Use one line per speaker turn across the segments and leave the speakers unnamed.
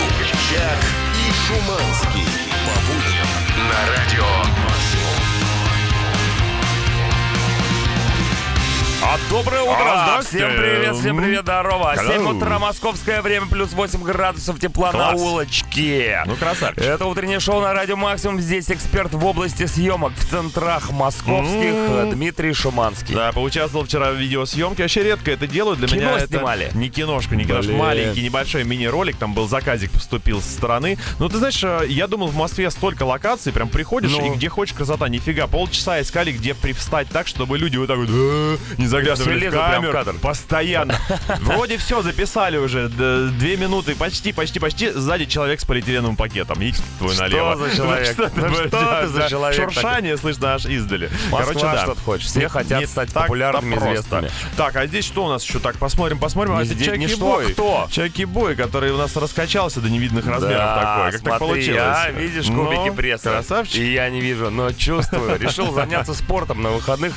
Маяк и Шуманский. По будням на радио.
А доброе утро!
А,
всем
здравствуйте.
привет, всем привет, здорово!
Hello.
7 утра, московское время, плюс 8 градусов тепла
Класс.
на улочке.
Ну, красавчик.
Это утреннее шоу на радио Максимум. Здесь эксперт в области съемок в центрах московских
М.
э, Дмитрий Шуманский.
Да, поучаствовал вчера в видеосъемке. Вообще редко это делают. Для
Кино
меня это
снимали?
не киношку, не киношку.
Блин.
Маленький небольшой мини-ролик. Там был заказик, поступил со стороны. Ну, ты знаешь, э, я думал, в Москве столько локаций. Прям приходишь
Ну.
и где хочешь красота. Нифига. Полчаса искали, где привстать так, чтобы люди вот так вот «Э-э-э», не
Все
заглядывали в
лезут прям в
камеру.
кадр.
Постоянно. Вроде все записали уже. Д- Две минуты. Почти, почти, почти. Сзади человек с полиэтиленовым пакетом. И твой
Что
налево.
за человек?
Ну, Что ты
Ну, что
да,
ты за
да.
человек такой?
Шуршание слышно аж издали.
Москва
Короче, да.
что-то хочет. Все хотят стать популярными,
так-то
известными.
просто. Так, а здесь что у нас еще? Так, посмотрим, посмотрим. А
Не
здесь
здесь не что, а
Чаки-бой.
кто?
Чаки-бой, который у нас раскачался до невидных размеров
Да,
такой. Как так
смотри,
получилось?
я, видишь, кубики
Ну,
пресса.
Красавчик.
И я не вижу, но чувствую. Решил заняться спортом на выходных.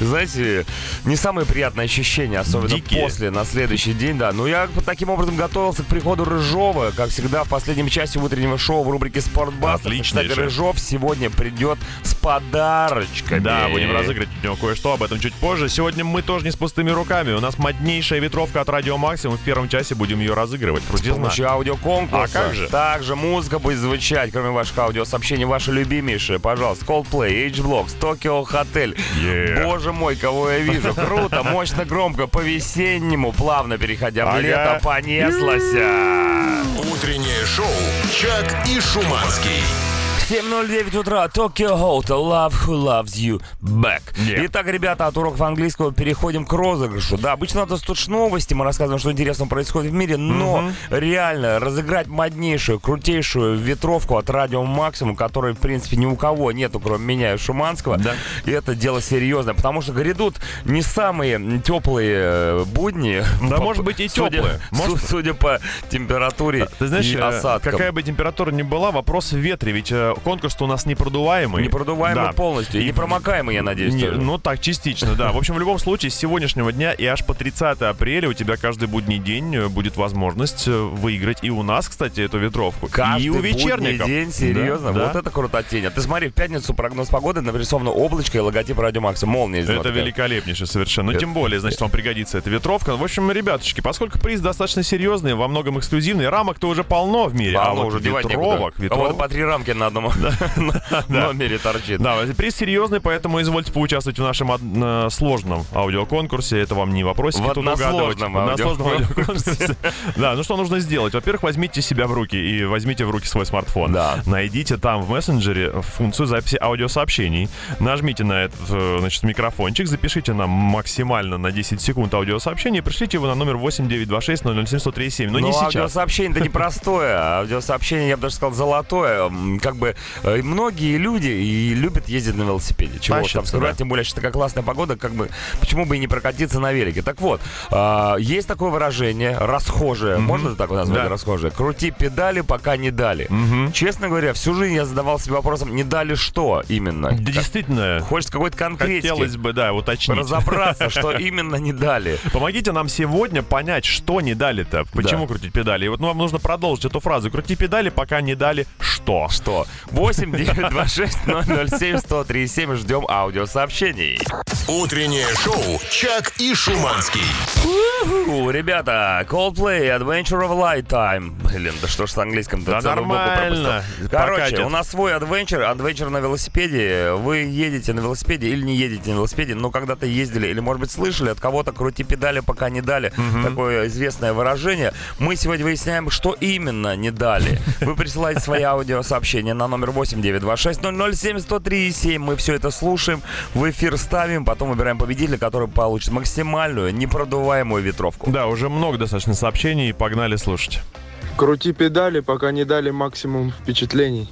Знаете, не самые приятные ощущения, особенно
Дикие.
после, на следующий день, да. Но я таким образом готовился к приходу Рыжова, как всегда, в последнем части утреннего шоу в рубрике «Спортбастер».
Отличнейшее.
Кстати, Рыжов сегодня придет с подарочками.
Да, будем разыгрывать у него кое-что, об этом чуть позже. Сегодня мы тоже не с пустыми руками. У нас моднейшая ветровка от Радио Максимум. В первом часе будем ее разыгрывать.
С
Крутизна.
помощью аудиоконкурса.
А как же?
Также музыка будет звучать, кроме ваших аудиосообщений, ваши любимейшие. Пожалуйста, Coldplay, H-Blocks, Tokyo Hotel.
Yeah.
Боже мой, кого я вижу. Круто, мощно, громко, по-весеннему, плавно переходя в
Ага.
лето, понеслось. а.
Утреннее шоу Чак и Шуманский.
7.09 утра, Tokyo Hotel, Love Who Loves You Back.
Yeah.
Итак, ребята, от уроков английского переходим к розыгрышу. Да, обычно у нас тут новости, мы рассказываем, что интересного происходит в мире, но реально разыграть моднейшую, крутейшую ветровку от Радио Максимум, которой, в принципе, ни у кого нету, кроме меня и Шуманского,
Да.
и это дело серьезное, потому что грядут не самые теплые э, будни.
Да,
По-
может быть, и
судя-
теплые. Может-
су- Судя по температуре
Ты знаешь,
и
э,
осадкам.
какая бы температура ни была, вопрос в ветре, ведь э, конкурс-то у нас непродуваемый.
Непродуваемый
Да.
полностью. И
И-
непромокаемый, я надеюсь.
Не-
тоже.
ну так, частично, да. В общем, в любом случае, с сегодняшнего дня и аж по 30 апреля у тебя каждый будний день э, будет возможность э, выиграть и у нас, кстати, эту ветровку.
Каждый
и у
будний
вечерников.
день, серьезно,
Да,
вот
да.
это крутотень. А ты смотри, в пятницу прогноз погоды нарисовано облачко и логотип Радио Макса. Молния из него
Это
такая.
великолепнейше совершенно. Ну, тем более, значит, вам пригодится эта ветровка. В общем, ребяточки, поскольку приз достаточно серьезный, во многом эксклюзивный, рамок-то уже полно в мире.
Да,
а
ну,
вот
уже девать некуда.
ветровок,
А вот
ветровок
по три рамки на одном номере торчит.
Да, приз серьезный, поэтому извольте поучаствовать в нашем од- э, сложном аудиоконкурсе. Это вам не вопросики
В
тут угадывать.
односложном
В односложном
аудиоконкурсе.
аудиоконкурсе. Да, ну что нужно сделать? Во-первых, возьмите себя в руки и возьмите в руки свой смартфон.
Да.
Найдите там в мессенджере функцию записи аудиосообщений. Нажмите на этот, э, значит, микрофончик, запишите нам максимально на 10 секунд аудиосообщение и пришлите его на номер 8926 007 Но не
Ну,
сейчас.
аудиосообщение-то непростое. Аудиосообщение, я бы даже сказал, золотое. М, Как бы э, многие люди и любят ездить на велосипеде. Чего уж там
Тащатся,
скрывать,
да.
тем более, что такая классная погода, как бы, почему бы и не прокатиться на велике. Так вот, а, есть такое выражение, расхожее, можно это так вот назвать,
Да.
расхожее? Крути педали, пока не дали. Честно говоря, всю жизнь я задавал себе вопросом, не дали что именно?
Да, действительно,
Хочется какой-то конкретики.
хотелось бы, да, уточнить.
Разобраться, что именно не дали.
Помогите нам сегодня понять, что не дали-то. Почему крутить педали? И вот ну, вам нужно продолжить эту фразу. Крути педали, пока не дали что.
Что? 8 926 007 1037 ждем аудиосообщений.
Утреннее шоу Чак и Шуманский.
У, ребята, Coldplay, Adventure of Lifetime. Блин, да что ж с английским-то
Да
целую букву
нормально.
пропустил. Короче,
Покатит.
у нас свой адвенчер, адвенчер на велосипеде. Вы едете на велосипеде или не едете на велосипеде, но когда-то ездили или, может быть, слышали от кого-то «крути педали, пока не дали». Такое известное выражение. Мы сегодня выясняем, что именно не дали. Вы присылаете свои аудиосообщения на номер 8926-007-1037. Мы все это слушаем, в эфир ставим, потом выбираем победителя, который получит максимальную непродуваемую ветровку.
Да, уже много достаточно сообщений, и погнали слушать.
Крути педали, пока не дали максимум впечатлений.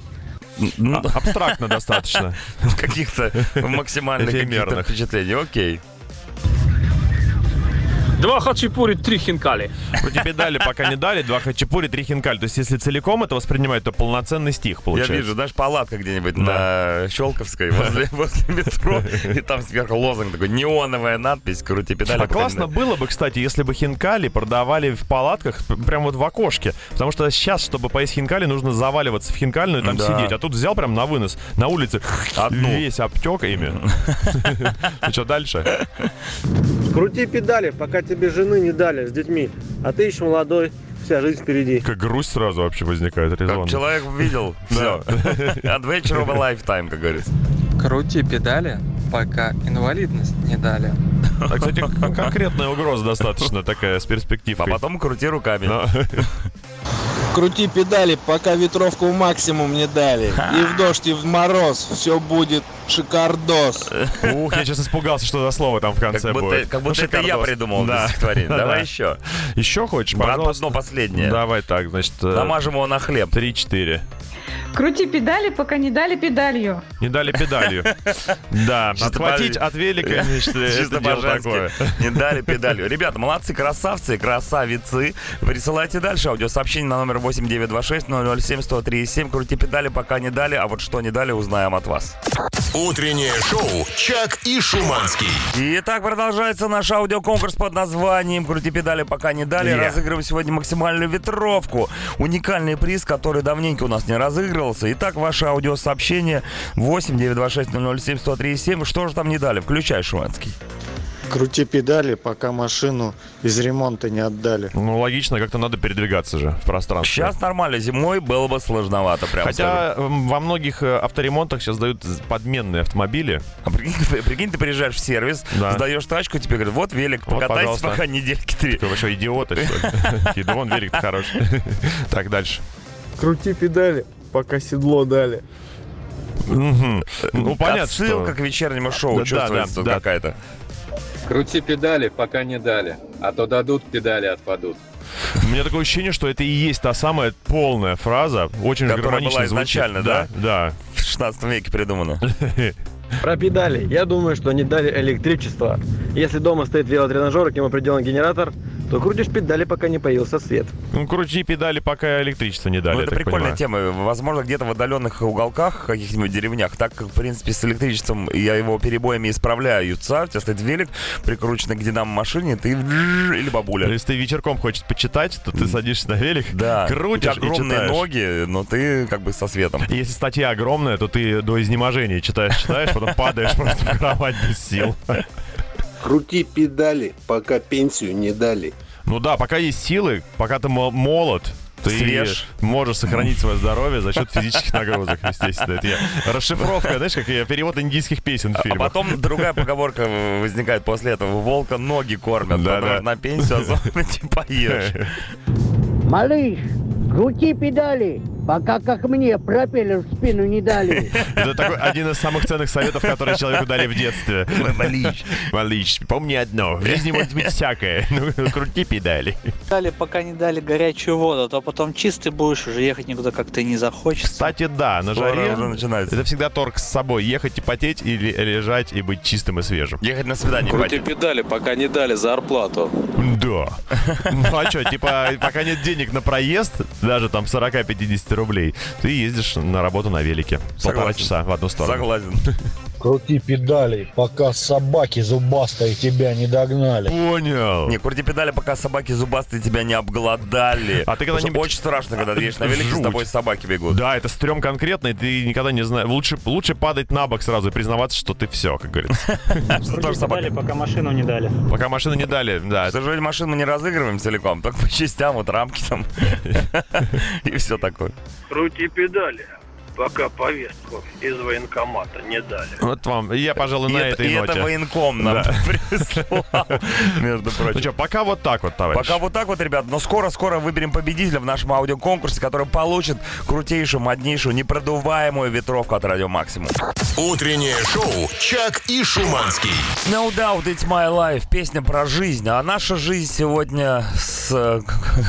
Ну,
А- Абстрактно достаточно.
каких-то А, максимальных
Эфемерных.
каких-то впечатлений. Окей.
Два хачапури, три хинкали.
Про педали пока не дали, два хачапури, три хинкаль. То есть, если целиком это воспринимать, то полноценный стих
Я
получается.
вижу, знаешь, палатка где-нибудь на Щелковской возле, возле метро, и там сверху лозунг такой, неоновая надпись, крути педали.
А классно было бы, кстати, если бы хинкали продавали в палатках п- прям вот в окошке. Потому что сейчас, чтобы поесть хинкали, нужно заваливаться в хинкальную и там
Да.
сидеть. А тут взял прям на вынос, на улице
Одну.
весь обтек ими. Ну что дальше?
Крути педали, пока тебе жены не дали с детьми, а ты еще молодой, вся жизнь впереди.
Как грусть сразу вообще возникает,
Как
резон.
человек видел, все. Adventure of a lifetime, как говорится.
Крути педали, пока инвалидность не дали.
А, кстати, к- конкретная угроза достаточно такая с
А
перспективкой.
потом крути руками.
Да.
Крути педали, пока ветровку в максимум не дали. И в дождь, и в мороз. Все будет шикардос.
Ух, я сейчас испугался, что за слово там в
Как
конце
будто,
будет.
как
Ну,
будто это я
шикардос.
придумал это
Да.
стихотворение. Давай
Да.
еще.
Еще хочешь,
Брат,
пожалуйста?
одно последнее.
Давай так, значит, э,
Намажем его на хлеб.
3-4.
Крути педали, пока не дали педалью.
Не дали педалью. Да,
Чисто
отхватить
по-
от велика, значит,
Чисто
это дело
по-женски.
такое.
Не дали педалью. Ребята, молодцы, красавцы, красавицы. Присылайте дальше аудиосообщение на номер 8926 007 1037 Крути педали, пока не дали, а вот что не дали, узнаем от вас.
Утреннее шоу «Чак и Шуманский».
Итак, продолжается наш аудиоконкурс под названием «Крути педали, пока не дали».
Yeah.
Разыгрываем сегодня максимальную ветровку. Уникальный приз, который давненько у нас не разыгрывался. Итак, ваше аудиосообщение 8926007137. Что же там не дали? Включай, Шуманский.
Крути педали, пока машину из ремонта не отдали.
Ну, логично, как-то надо передвигаться же в пространстве.
Сейчас нормально, зимой было бы сложновато, прям скажем.
Хотя м, во многих э, авторемонтах сейчас дают з- подменные автомобили.
А прикинь, ты- прикинь, ты приезжаешь в сервис,
Да.
сдаешь тачку, тебе говорят, вот велик,
Вот,
покатайся
пожалуйста.
пока недельки три.
Ты вообще идиоты, что ли? Такие, Да вон велик хороший. Так, дальше.
Крути педали, пока седло дали.
Мгм. Ну, понятно,
Отсылка
что...
к вечернему шоу
Да, да,
чувствуется
да,
тут
да.
какая-то.
Крути педали, пока не дали, а то дадут, педали отпадут.
У меня такое ощущение, что это и есть та самая полная фраза. Очень
Которая
гармонично
была
звучит.
изначально,
Да.
В 16 веке придумано.
Про педали. Я думаю, что они дали электричество. Если дома стоит велотренажер, и к нему приделан генератор, то крутишь педали, пока не появился свет.
Ну, крути педали, пока электричество не дали.
Ну,
я
это
так
прикольная
понимаю.
тема. Возможно, где-то в отдаленных уголках, каких-нибудь деревнях, так как, в принципе, с электричеством я его перебоями исправляются. У тебя стоит велик, прикрученный к динамо машине, ты вжж, или бабуля.
Если ты вечерком хочешь почитать, то ты садишься на велик,
Да,
крутишь
у тебя огромные
и читаешь.
ноги, но ты как бы со светом.
И Если статья огромная, то ты до изнеможения читаешь, читаешь, потом падаешь просто в кровать без сил.
Крути педали, пока пенсию не дали.
Ну да, пока есть силы, пока ты мол- молод, ты
Свеж.
можешь сохранить свое здоровье за счет физических нагрузок, естественно. Это я. Расшифровка, знаешь, как я перевод индийских песен в
А
фильмах.
потом другая поговорка возникает после этого. Волка ноги кормят,
Да,
потому
да.
что на пенсию особо не поешь.
Малыш, крути педали, пока как мне пропеллер в спину не дали.
Это такой один из самых ценных советов, которые человеку дали в детстве.
Малыш.
Малыш, помни одно, в жизни может быть всякое. Ну, крути педали.
Дали, пока не дали горячую воду, а то потом чистый будешь, уже ехать никуда как-то и не захочется.
Кстати, да, на
Скоро
жаре
уже начинается.
это всегда торг с собой. Ехать и потеть, или лежать и быть чистым и свежим.
Ехать на свидание. пойти.
педали, пока не дали зарплату.
Да. Ну а что, типа, пока нет денег на проезд, даже там 40-50 рублей, ты ездишь на работу на велике. Полтора
Согласен.
часа в одну сторону.
Согласен.
Крути педали, пока собаки зубастые тебя не догнали.
Понял.
Не, крути педали, пока собаки зубастые тебя не обглодали.
А
Потому что
ты когда-нибудь-
Очень страшно, когда ты едешь на велике, с
Жуть.
тобой собаки бегут.
Да, это стрём конкретно, и ты никогда не знаешь. Лучше, лучше падать на бок сразу и признаваться, что ты все, как говорится.
Тоже собаки.
пока машину не дали.
Пока машину не дали, да.
К сожалению, машину мы не разыгрываем целиком, только по частям, вот рамки там. И все такое.
Крути педали, пока повестку из военкомата не дали.
Вот вам, я, пожалуй,
И
на
это,
этой
и это
ноте.
военком нам
Да.
прислал, между
Ну
прочим.
что, пока вот так вот, товарищ.
Пока вот так вот, ребят, но скоро-скоро выберем победителя в нашем аудиоконкурсе, который получит крутейшую, моднейшую, непродуваемую ветровку от Радио Максимум.
Утреннее шоу «Чак и Шуманский».
No Doubt It's My Life, песня про жизнь. А наша жизнь сегодня с с... э,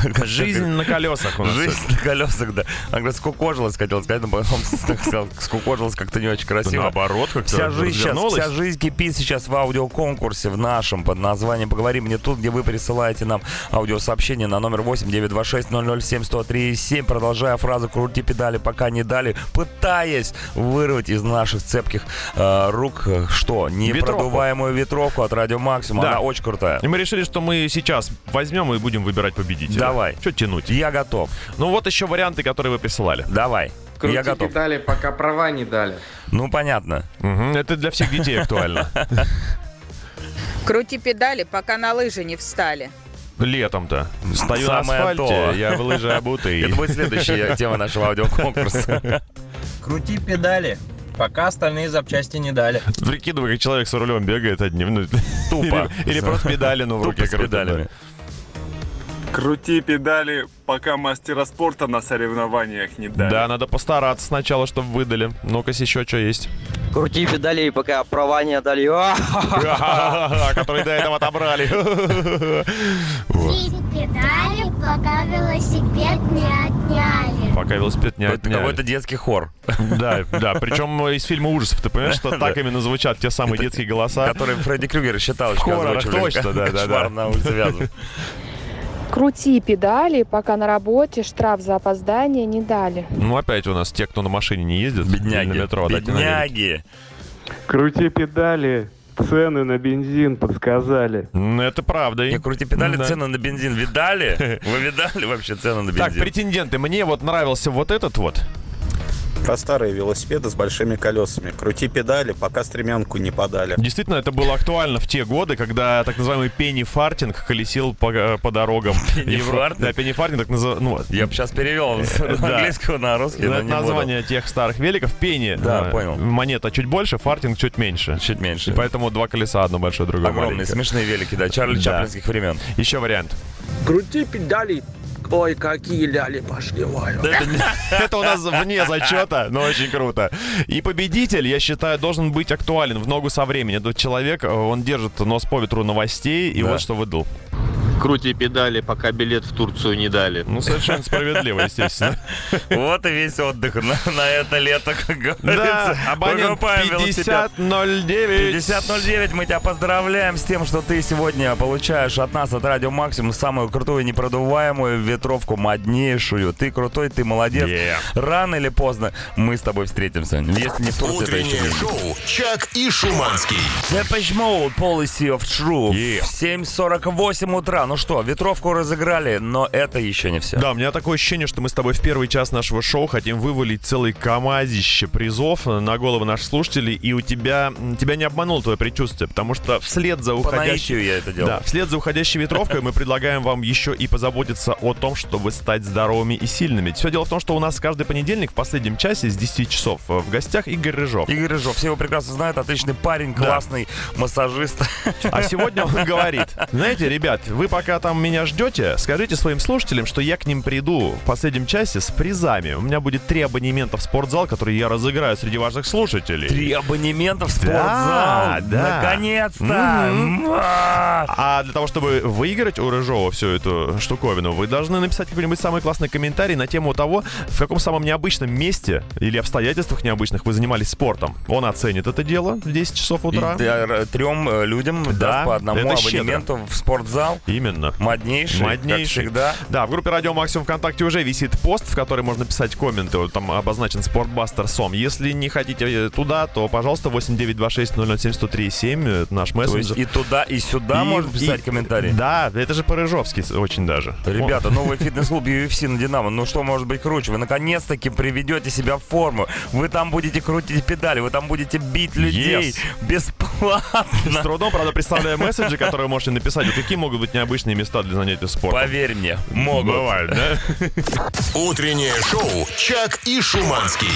как-
Жизнь на колесах у нас.
Жизнь на колесах, да. Она говорит, скукожилась, хотел сказать, но потом сказал, скукожилась как-то не очень красиво.
наоборот, как-то
вся жизнь, сейчас,
развернулась.
вся жизнь кипит сейчас в аудиоконкурсе в нашем под названием «Поговори мне тут», где вы присылаете нам аудиосообщение на номер 8 926 007 1037 продолжая фразу «Крути педали, пока не дали», пытаясь вырвать из наших цепких э, рук, э, что, непродуваемую ветровку от «Радио Максимум».
Да.
Она очень крутая.
И мы решили, что мы сейчас возьмем и будем выбирать победителя.
Давай.
Что тянуть?
Я готов.
Ну вот еще варианты, которые вы присылали.
Давай.
Крути
Я готов.
педали, пока права не дали.
Ну, понятно.
Это для всех детей актуально.
Крути педали, пока на лыжи не встали.
Летом-то. Стою на
Самое
асфальте,
то.
я в лыжи обутый.
Это будет следующая тема нашего аудиоконкурса.
Крути педали, пока остальные запчасти не дали.
Прикидывай, как человек с рулем бегает одним. ну,
Тупо.
Или, или просто педали, ну, в
Тупо
руке
с
крутит, да.
педалями.
Крути педали, пока мастера спорта на соревнованиях не
Да.
дали.
надо постараться сначала, чтобы выдали. Ну-ка, еще что есть.
Крути педали, пока права не отдали. А!
Которые до этого отобрали. Вот.
Педали, пока велосипед не отняли.
Пока велосипед не
Это
отняли.
какой-то детский хор.
Да, да. Причем из фильма ужасов, ты понимаешь, что
Да.
так именно звучат те самые детские голоса.
Которые Фредди Крюгер считал,
В хоррорах точно, да, да, да.
Кошмар на улице Вязов.
Крути педали, пока на работе штраф за опоздание не дали.
Ну, опять у нас те, кто на машине не ездит.
Бедняги.
На метро. да,
Бедняги.
Крути педали, цены на бензин подсказали.
Ну, это правда.
Не крути педали,
Ну Да.
цены на бензин видали? Вы видали вообще цены на
Так,
бензин?
претенденты, мне вот нравился вот этот вот.
Про старые велосипеды с большими колесами. Крути педали, пока стремянку не подали.
Действительно, это было актуально в те годы, когда так называемый пенни-фартинг колесил по, э, по дорогам.
Пенни-фартинг?
Да, пенни-фартинг, так ну, называемый.
Я бы сейчас перевел с
Да.
английского на русский. но
Это
не буду.
название тех старых великов. Пенни.
Да,
э,
понял.
Монета чуть больше, фартинг чуть меньше.
Чуть меньше.
И поэтому два колеса, одно большое, другое
Огромные,
маленькое.
смешные велики, да, Чарли
Да.
Чаплинских времен.
Еще вариант.
Крути педали. Ой, какие ляли пошли, ой.
Это у нас вне зачета, но очень круто. И победитель, я считаю, должен быть актуален в ногу со временем. Этот человек, э, он держит нос по ветру новостей, и
Да.
вот что выдал.
Крути педали, пока билет в Турцию не дали.
Ну, совершенно справедливо, естественно.
Вот и весь отдых на, на это лето, как говорится.
Да, абонент
Покупаем велосипед.
5009.
5009, мы тебя поздравляем с тем, что ты сегодня получаешь от нас, от Радио Максимум, самую крутую, непродуваемую ветровку, моднейшую. Ты крутой, ты молодец.
Yeah.
Рано или поздно мы с тобой встретимся. Если не в Турции, то еще
Утреннее
где-нибудь.
шоу «Чак и Шуманский».
Depeche Mode, Policy of Truth. 7.48 утра. Ну что, ветровку разыграли, но это еще не все.
Да, у меня такое ощущение, что мы с тобой в первый час нашего шоу хотим вывалить целый камазище призов на головы наших слушателей, и у тебя тебя не обмануло твое предчувствие, потому что вслед за
По
уходящей...
наитию я это делал.
Да, вслед за уходящей ветровкой мы предлагаем вам еще и позаботиться о том, чтобы стать здоровыми и сильными. Все дело в том, что у нас каждый понедельник в последнем часе с 10 часов э, в гостях Игорь Рыжов.
Игорь Рыжов, все его прекрасно знают, отличный парень, классный массажист.
А сегодня он говорит, знаете, ребят, вы пока там меня ждете, скажите своим слушателям, что я к ним приду в последнем часе с призами. У меня будет три абонемента в спортзал, которые я разыграю среди ваших слушателей.
Три абонемента в спортзал.
Да, да.
Наконец-то.
Мгм.
Ма.
А для того, чтобы выиграть у Рыжова всю эту штуковину, вы должны написать какой-нибудь самый классный комментарий на тему того, в каком самом необычном месте или обстоятельствах необычных вы занимались спортом. Он оценит это дело в 10 часов
И
утра.
д- трем э, людям даст по одному
это щедро.
абонементу в спортзал.
Именно.
Моднейший,
Моднейший.
как всегда.
Да, в группе Радио Максимум ВКонтакте уже висит пост, в который можно писать комменты. Вот Там обозначен Сом. Если не хотите э, туда, то, пожалуйста, 8926-007-1037, это э, наш
То
мессенджер.
есть и туда, и сюда
И-
можно писать
и-
комментарии.
Да, это же по-рыжовски с- очень даже.
Ребята,
Он-
новый фитнес-клуб UFC на Динамо. Ну что может быть круче? Вы наконец-таки приведете себя в форму. Вы там будете крутить педали, вы там будете бить людей
Yes.
бесплатно.
С трудом, правда, представляю месседжи, которые можете написать. Вот какие могут быть необычные места для занятий спортом?
Поверь мне, могут.
Бывает, да?
Утреннее шоу «Чак и Шуманский».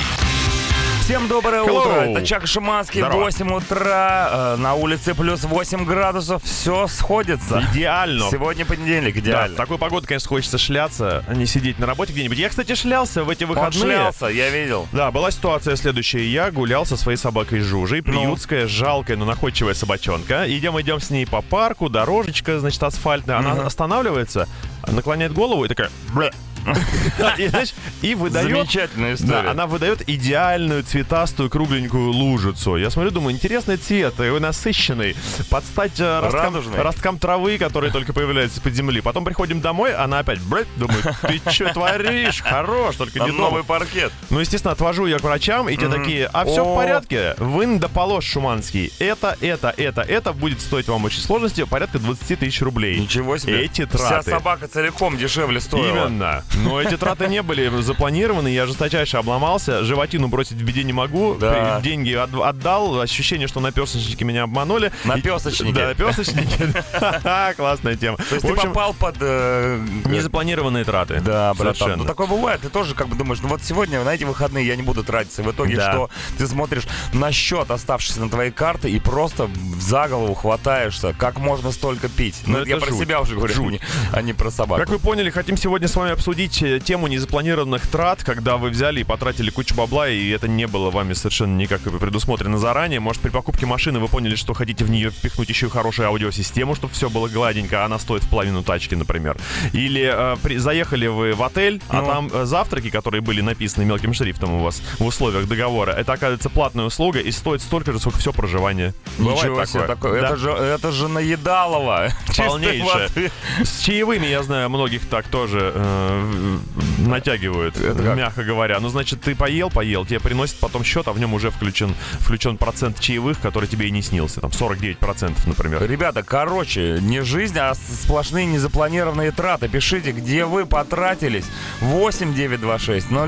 Всем доброе
Hello.
утро. Это Чак Шиманский,
Здорово.
8 утра. э, На улице плюс 8 градусов. Все сходится.
Идеально.
Сегодня понедельник,
Да, в
идеально.
такую погоду, конечно, хочется шляться, а не сидеть на работе где-нибудь. Я, кстати, шлялся в эти выходные.
шлялся, я видел.
Да, была ситуация следующая. Я гулял со своей собакой
Ну.
Жужей, приютская, жалкая, но находчивая собачонка. Идем, идем с ней по парку, дорожечка, значит, асфальтная. Она
Мгм.
останавливается, наклоняет голову и такая... «Бля». И, знаешь, и выдает...
Замечательная история.
Да, она выдает идеальную цветастую кругленькую лужицу. Я смотрю, думаю, интересный цвет, его насыщенный. Под стать э, росткам,
Радужный.
росткам травы, которые только появляются под земли. Потом приходим домой, она опять... «Бля». Думаю, ты что творишь? Хорош, только не
Там новый
дома.
паркет.
Ну, естественно, отвожу я к врачам, и те
Мгм.
такие, а все
О.
в порядке, вы надополож, Шуманский. Это, это, это, это будет стоить вам очень сложности порядка 20 тысяч рублей. Ничего
себе.
Эти
Вся
траты.
собака целиком дешевле стоила.
Именно. Но эти траты не были запланированы, я жесточайше обломался, животину бросить в беде не могу,
Да.
при- деньги от- отдал, ощущение, что наперсочники меня обманули.
Наперсочники.
Да, наперсочники. Ха-ха, Классная тема.
То есть ты попал под... э,
Незапланированные траты. Да,
Ну такое бывает, ты тоже как бы думаешь, ну вот сегодня на эти выходные я не буду тратиться. И В итоге
Да.
что? Ты смотришь на счет, оставшийся на твоей карты, и просто за голову хватаешься, как можно столько пить.
Ну,
Ну, это я
это
про
жуть.
себя уже говорю,
Жуть.
а не- а не про собаку.
Как вы поняли, хотим сегодня с вами обсудить э, тему незапланированных трат, когда вы взяли и потратили кучу бабла, и это не было вами совершенно никак предусмотрено заранее. Может, при покупке машины вы поняли, что хотите в нее впихнуть еще и хорошую аудиосистему, чтобы все было гладенько, а она стоит в половину тачки, например. Или э, при- заехали вы в отель, а
Ну.
там э, завтраки, которые были написаны мелким шрифтом у вас в условиях договора, это, оказывается, платная услуга и стоит столько же, сколько все проживание. Бывает
Ничего себе такое.
Да.
Это, же, это же наедалово. Чистой
Полнейшее.
воды.
С чаевыми, я знаю, многих так тоже э, в- в- натягивают, мягко говоря. Ну, значит, ты поел, поел, тебе приносят потом счет, а в нем уже включен, включен процент чаевых, который тебе и не снился. Там 49%, например.
Ребята, короче, не жизнь, а с- сплошные незапланированные траты. Пишите, где вы потратились. 8926 007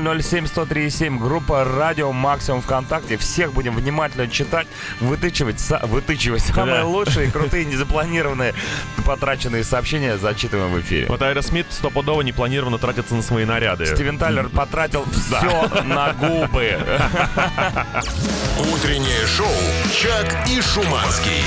1037 группа Радио Максимум ВКонтакте. Всех будем внимательно читать, вытычивать, са- вытычивать самые
Да.
лучшие, крутые, незапланированные потраченные сообщения зачитываем в эфире.
Вот Айра Смит стопудово непланированно тратится на свои наряды.
Стивен Тайлер потратил все на губы.
Утреннее шоу «Чак и Шуманский».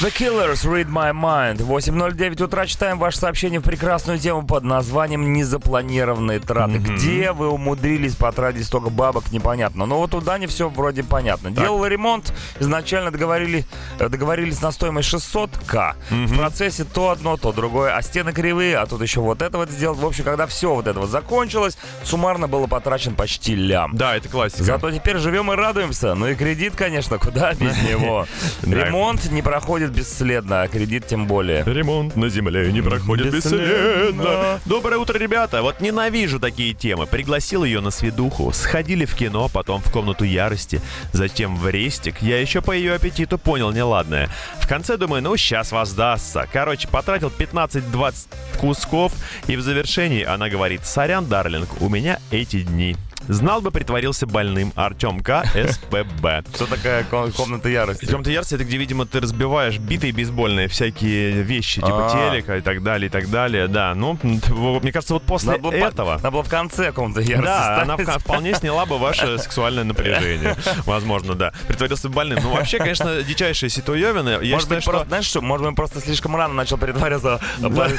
The Killers Read My Mind. 8.09 утра читаем ваше сообщение в прекрасную тему под названием «Незапланированные траты». Где вы умудрились потратить столько бабок, непонятно. Но вот у Дани все вроде понятно. Делала ремонт, изначально договорили, э, договорились на стоимость 600к. В процессе то одно, то другое, а стены кривые, а тут еще вот это вот сделать. В общем, когда все вот это вот закончилось, суммарно было потрачен почти лям.
Да, это классика.
Зато теперь живем и радуемся. Ну и кредит, конечно, куда без него.
Да.
Ремонт не проходит бесследно, а кредит тем более.
Ремонт на земле не проходит бесследно. Доброе утро, ребята. Вот ненавижу такие темы. Пригласил ее на свидуху, сходили в кино, потом в комнату ярости, затем в рестик. Я еще по ее аппетиту понял неладное. В конце думаю, ну сейчас воздастся. Короче, потратил 15-20 кусков, и в завершении она говорит, сорян, дарлинг, у меня эти дни. Знал бы, притворился больным. Артем К. СПБ.
Что такая ком- комната ярости?
Темная ярость это где, видимо, ты разбиваешь битые бейсбольные всякие вещи, типа
А.
телека и так далее, и так далее. Да, ну, м, т- вот, мне кажется, вот после
Надо было по-
этого...
Надо было в конце комнаты ярости
Да, она
ставить.
вка- вполне сняла бы ваше сексуальное напряжение. Возможно, да. Притворился больным. Ну, вообще, конечно, дичайшие ситуевины. Я
Может
считаю,
быть,
что...
просто, знаешь что, может быть, просто слишком рано начал притворяться боль-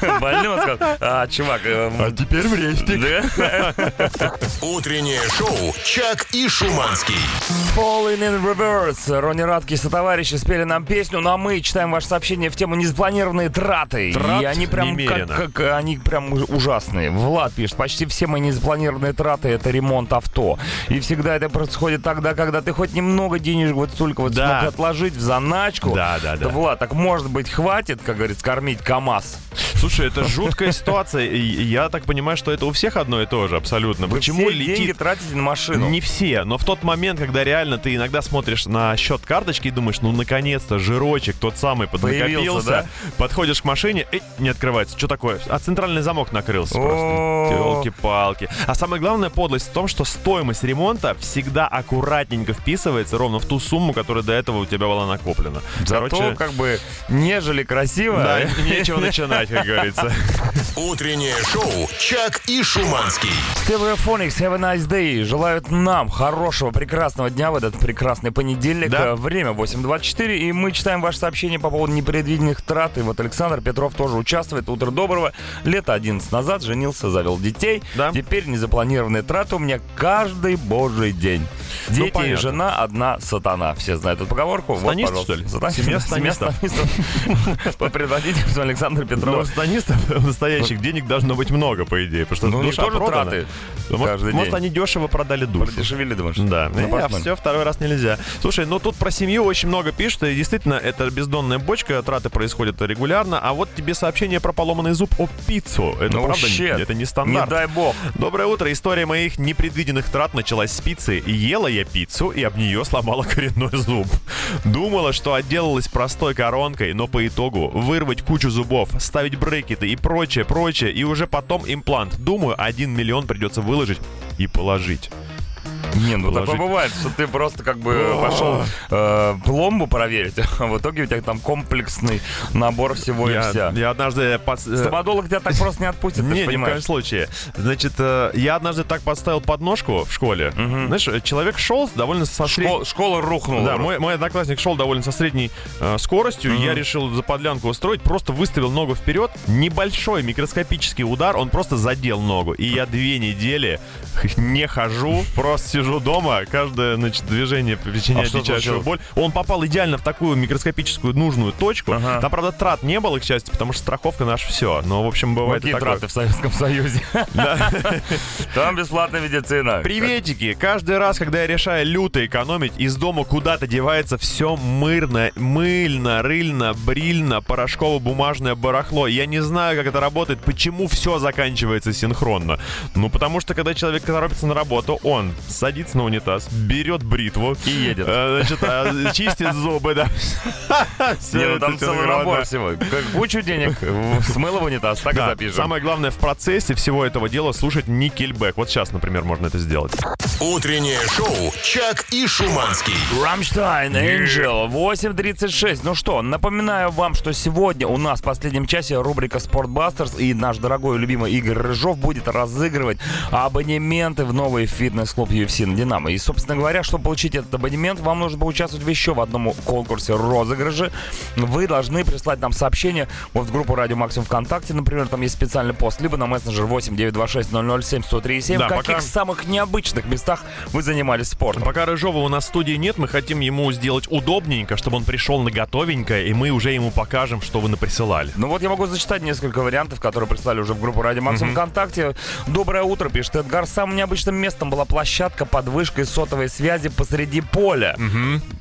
больным. он сказал, А, чувак... А
теперь в
Утреннее шоу «Чак и Шуманский».
Falling in Reverse. Ронни Радки и сотоварищи спели нам песню, но мы читаем ваше сообщение в тему незапланированные траты.
Трат
и они прям как,
немерено.
как- они прям уж- ужасные. Влад пишет, почти все мои незапланированные траты это ремонт авто. И всегда это происходит тогда, когда ты хоть немного денежек вот столько вот
Да.
смог отложить в заначку.
Да, да, да.
Влад, так может быть хватит, как говорится, кормить КАМАЗ?
Слушай, это жуткая ситуация. И Я так понимаю, что это у всех одно и то же абсолютно.
Вы
Почему
все деньги
летит
тратите на машину?
Не все, но в тот момент, когда реально ты иногда смотришь на счет карточки и думаешь, ну наконец-то жирочек тот самый
Появился,
поднакопился,
да?
подходишь к машине, эй, не открывается, что такое? А центральный замок накрылся
О.
просто. Елки-палки. А самая главная подлость в том, что стоимость ремонта всегда аккуратненько вписывается ровно в ту сумму, которая до этого у тебя была накоплена.
Зато как бы нежели красиво.
Да, нечего начинать, как говорится.
Утреннее шоу «Чак и Шуманский».
Stereophonics, have a nice day. Желают нам хорошего, прекрасного дня в этот прекрасный понедельник. Э, Время 8.24, и мы читаем ваши сообщения по поводу непредвиденных трат. И вот Александр Петров тоже участвует. Утро доброго. Лето 11 назад женился, завел детей. Теперь незапланированные траты у меня каждый божий день.
Ну,
Дети и
понятно.
жена, одна сатана. Все знают эту поговорку.
Станист,
вот, пожалуйста.
что ли?
Сатана-
Семья
семья
станистов.
станистов. По предводительству Александра
Но
Петрова.
у станистов настоящих денег должно быть много, по идее. Потому что
Ну, у них
душа
тоже
продана.
траты
Ну, Может,
каждый
может,
день.
они дешево продали душу.
Продешевили, думаешь?
Да.
Ну,
Э, а
посмотрим.
все, второй раз нельзя. Слушай, ну тут про семью очень много пишут, и действительно, это бездонная бочка, траты происходят регулярно, а вот тебе сообщение про поломанный зуб о пиццу. Это
Ну,
правда,
щет.
это не
Не
стандарт.
дай бог.
Доброе утро. История моих непредвиденных трат началась с пиццы. Ела я пиццу и об нее сломала коренной зуб. Думала, что отделалась простой коронкой, но по итогу вырвать кучу зубов, ставить брекеты и прочее, прочее, и уже потом имплант. Думаю, 1 миллион придется выложить и положить.
Не, ну
Положить.
такое бывает, что ты просто как бы пошел э, пломбу проверить, а в итоге у тебя там комплексный набор всего и
Я,
вся.
я однажды... пос- э,
Стоматолог тебя так просто не отпустит, ты
Не,
же
ни в коем
понимаешь.
случае. Значит, э, я однажды так подставил подножку в школе. Знаешь, э, человек шел с довольно со средней...
Школа рухнула.
Да, мой, мой одноклассник шел довольно со средней э, скоростью. Я решил за подлянку устроить, просто выставил ногу вперед. Небольшой микроскопический удар, он просто задел ногу. И я две недели не хожу, просто сижу дома. Каждое значит, движение
А
причиняет
что
дичайшую
случилось?
боль. Он попал идеально в такую микроскопическую нужную точку. Там, правда, трат не было, к счастью, потому что страховка наша все. Но, в общем, бывает
Какие
и такое.
траты в Советском Союзе? Там бесплатная медицина.
Приветики! Каждый раз, когда я решаю люто экономить, из дома куда-то девается все мырно, мыльно, рыльно, брильно, порошково-бумажное барахло. Я не знаю, как это работает, почему все заканчивается синхронно. Ну, потому что, когда человек торопится на работу, он садится на унитаз, берет бритву
И едет.
э, Значит, э, чистит зубы, да. Всё
Не, ну
это
там целый
синхронно.
набор всего. Как Кучу денег в- смыло в унитаз, так и
Да,
запишем.
самое главное в процессе всего этого дела слушать никельбэк. Вот сейчас, например, можно это сделать.
Утреннее шоу «Чак и Шуманский».
Рамштайн, Angel, 8.36. Ну что, напоминаю вам, что сегодня у нас в последнем часе рубрика «Спортбастерс», и наш дорогой и любимый Игорь Рыжов будет разыгрывать абонементы в новый фитнес-клуб UFC на «Динамо». И, собственно говоря, чтобы получить этот абонемент, вам нужно поучаствовать в еще в одном конкурсе розыгрыше. Вы должны прислать нам сообщение вот в группу «Радио Максимум ВКонтакте», например, там есть специальный пост, либо на мессенджер 89260071037,
Да,
в каких
пока-
самых необычных местах вы занимались спортом.
А Пока Рыжова у нас в студии нет, мы хотим ему сделать удобненько, чтобы он пришел на готовенькое, и мы уже ему покажем, что вы наприсылали.
Ну вот я могу зачитать несколько вариантов, которые прислали уже в группу Ради Максим ВКонтакте. Доброе утро, пишет Эдгар. Самым необычным местом была площадка под вышкой сотовой связи посреди поля.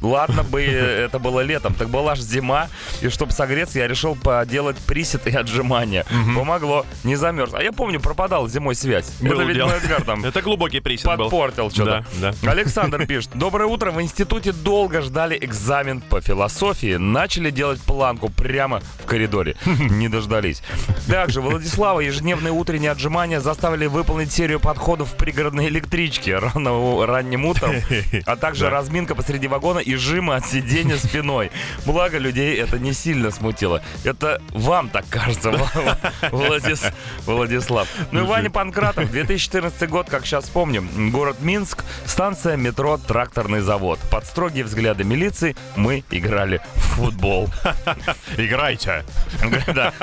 Ладно бы это было летом, так была же зима. И чтобы согреться, я решил поделать присед и отжимания. Помогло, не замерз. А я помню, пропадала зимой связь.
Было
это, видимо,
дело.
Эдгар там
Это глубокий присед был.
подпортил что-то.
Да, да.
Александр пишет. Доброе утро. В институте долго ждали экзамен по философии. Начали делать планку прямо в коридоре. Не дождались. Также Владислава ежедневные утренние отжимания заставили выполнить серию подходов в пригородной электричке рано, ранним утром, а также разминка посреди вагона и жимы от сидения спиной. Благо, людей это не сильно смутило. Это вам так кажется, Ва- Владис- Владислав. Ну и Ваня Панкратов, 2014 год, как сейчас помним, город Минск, станция метро «Тракторный завод». Под строгие взгляды милиции мы играли в футбол.
Играйте.
Да.